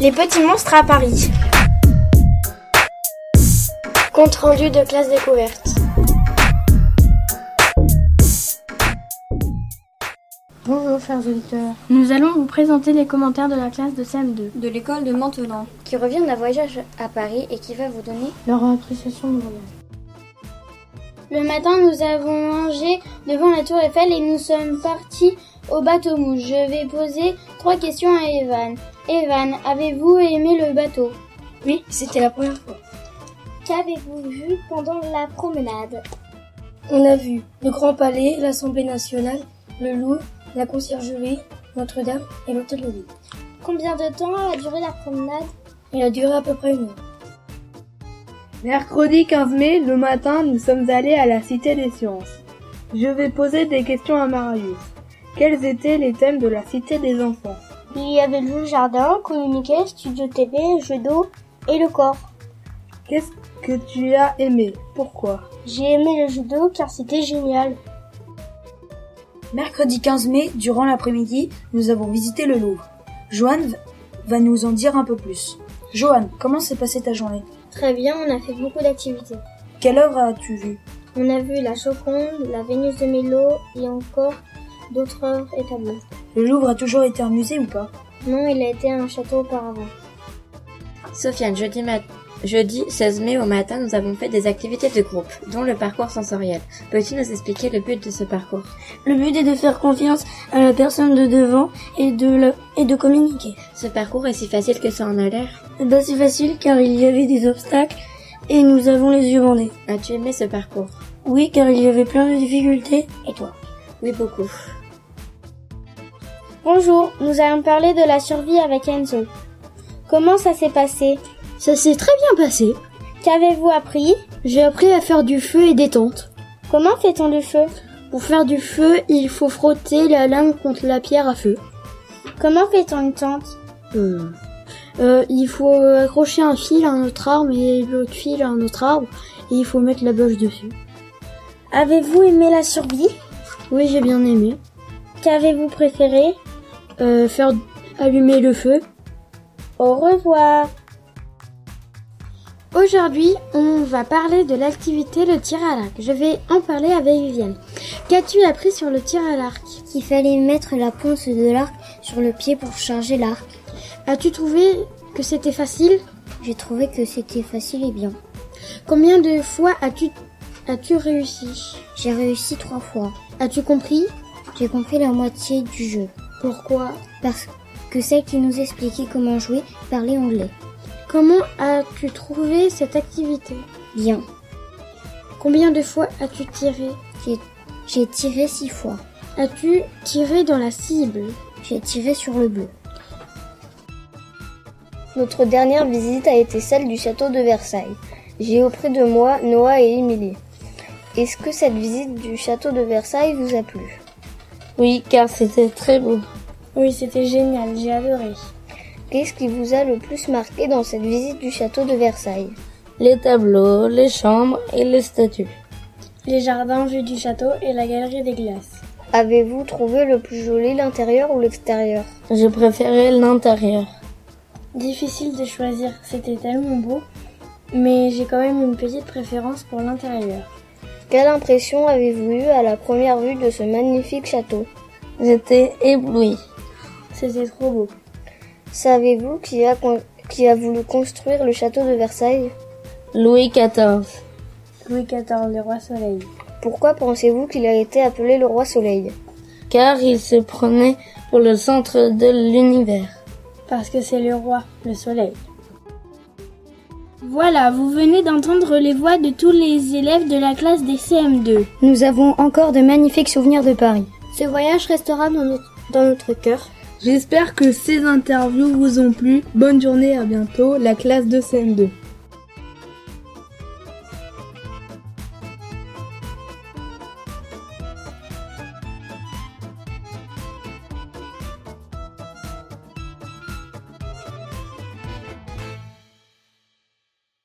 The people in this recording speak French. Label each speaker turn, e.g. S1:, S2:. S1: Les petits monstres à Paris. Compte rendu de classe découverte.
S2: Bonjour chers auditeurs,
S3: Nous allons vous présenter les commentaires de la classe de CM2.
S4: de l'école de Mantelan.
S1: Qui revient d'un voyage à Paris et qui va vous donner.
S2: leur appréciation de voyage.
S5: Le matin, nous avons mangé devant la Tour Eiffel et nous sommes partis au bateau mouche. Je vais poser trois questions à Evan. Evan, avez-vous aimé le bateau
S3: Oui, c'était la première fois.
S5: Qu'avez-vous vu pendant la promenade
S3: On a vu le Grand Palais, l'Assemblée nationale, le Louvre, la conciergerie, Notre-Dame et l'Hôtel de Ville.
S5: Combien de temps a duré la promenade
S3: Il a duré à peu près une heure.
S6: Mercredi 15 mai, le matin, nous sommes allés à la Cité des Sciences. Je vais poser des questions à Marius. Quels étaient les thèmes de la Cité des Enfants
S5: Il y avait le jardin, communiqué, studio TV, jeux d'eau et le corps.
S6: Qu'est-ce que tu as aimé Pourquoi
S5: J'ai aimé le judo car c'était génial.
S7: Mercredi 15 mai, durant l'après-midi, nous avons visité le Louvre. Joanne v- va nous en dire un peu plus. Joanne, comment s'est passée ta journée
S5: Très bien, on a fait beaucoup d'activités.
S7: Quelle œuvre as-tu vue
S5: On a vu la Joconde, la Vénus de Milo et encore d'autres œuvres et tableaux.
S7: Le Louvre a toujours été un musée ou pas
S5: Non, il a été un château auparavant.
S8: Sofiane, jeudi, mat- jeudi 16 mai au matin, nous avons fait des activités de groupe, dont le parcours sensoriel. Peux-tu nous expliquer le but de ce parcours
S3: Le but est de faire confiance à la personne de devant et de, la- et de communiquer.
S8: Ce parcours est si facile que ça en a l'air.
S3: Eh ben, c'est facile car il y avait des obstacles et nous avons les yeux bandés.
S8: As-tu aimé ce parcours
S3: Oui, car il y avait plein de difficultés. Et toi
S8: Oui, beaucoup.
S5: Bonjour, nous allons parler de la survie avec Enzo. Comment ça s'est passé
S9: Ça s'est très bien passé.
S5: Qu'avez-vous appris
S9: J'ai appris à faire du feu et des tentes.
S5: Comment fait-on du feu
S9: Pour faire du feu, il faut frotter la lame contre la pierre à feu.
S5: Comment fait-on une tente
S9: Euh, euh, il faut accrocher un fil à un autre arbre et l'autre fil à un autre arbre et il faut mettre la bûche dessus.
S5: Avez-vous aimé la survie
S9: Oui, j'ai bien aimé.
S5: Qu'avez-vous préféré
S9: Euh, faire allumer le feu.
S5: Au revoir
S9: Aujourd'hui, on va parler de l'activité le tir à l'arc. Je vais en parler avec Viviane. Qu'as-tu appris sur le tir à l'arc
S5: Il fallait mettre la ponce de l'arc sur le pied pour charger l'arc.
S9: As-tu trouvé que c'était facile
S5: J'ai trouvé que c'était facile et bien.
S9: Combien de fois as-tu as-tu réussi
S5: J'ai réussi trois fois.
S9: As-tu compris
S5: J'ai compris la moitié du jeu.
S9: Pourquoi
S5: Parce que celle qui nous expliquait comment jouer parlait anglais.
S9: Comment as-tu trouvé cette activité
S5: Bien.
S9: Combien de fois as-tu tiré
S5: J'ai- J'ai tiré six fois.
S9: As-tu tiré dans la cible
S5: J'ai tiré sur le bleu.
S10: Notre dernière visite a été celle du château de Versailles. J'ai auprès de moi Noah et Émilie. Est-ce que cette visite du château de Versailles vous a plu
S1: Oui, car c'était très beau.
S3: Oui, c'était génial, j'ai adoré.
S10: Qu'est-ce qui vous a le plus marqué dans cette visite du château de Versailles
S1: Les tableaux, les chambres et les statues.
S3: Les jardins vus du château et la galerie des glaces.
S10: Avez-vous trouvé le plus joli l'intérieur ou l'extérieur
S1: Je préférais l'intérieur.
S3: Difficile de choisir, c'était tellement beau, mais j'ai quand même une petite préférence pour l'intérieur.
S10: Quelle impression avez-vous eue à la première vue de ce magnifique château
S1: J'étais ébloui.
S3: C'était trop beau.
S10: Savez-vous qui a, con- qui a voulu construire le château de Versailles
S1: Louis XIV.
S3: Louis XIV, le roi soleil.
S10: Pourquoi pensez-vous qu'il a été appelé le roi soleil
S1: Car il se prenait pour le centre de l'univers.
S3: Parce que c'est le roi, le soleil.
S5: Voilà, vous venez d'entendre les voix de tous les élèves de la classe des CM2.
S2: Nous avons encore de magnifiques souvenirs de Paris.
S9: Ce voyage restera dans notre, dans notre cœur.
S6: J'espère que ces interviews vous ont plu. Bonne journée, à bientôt, la classe de CM2.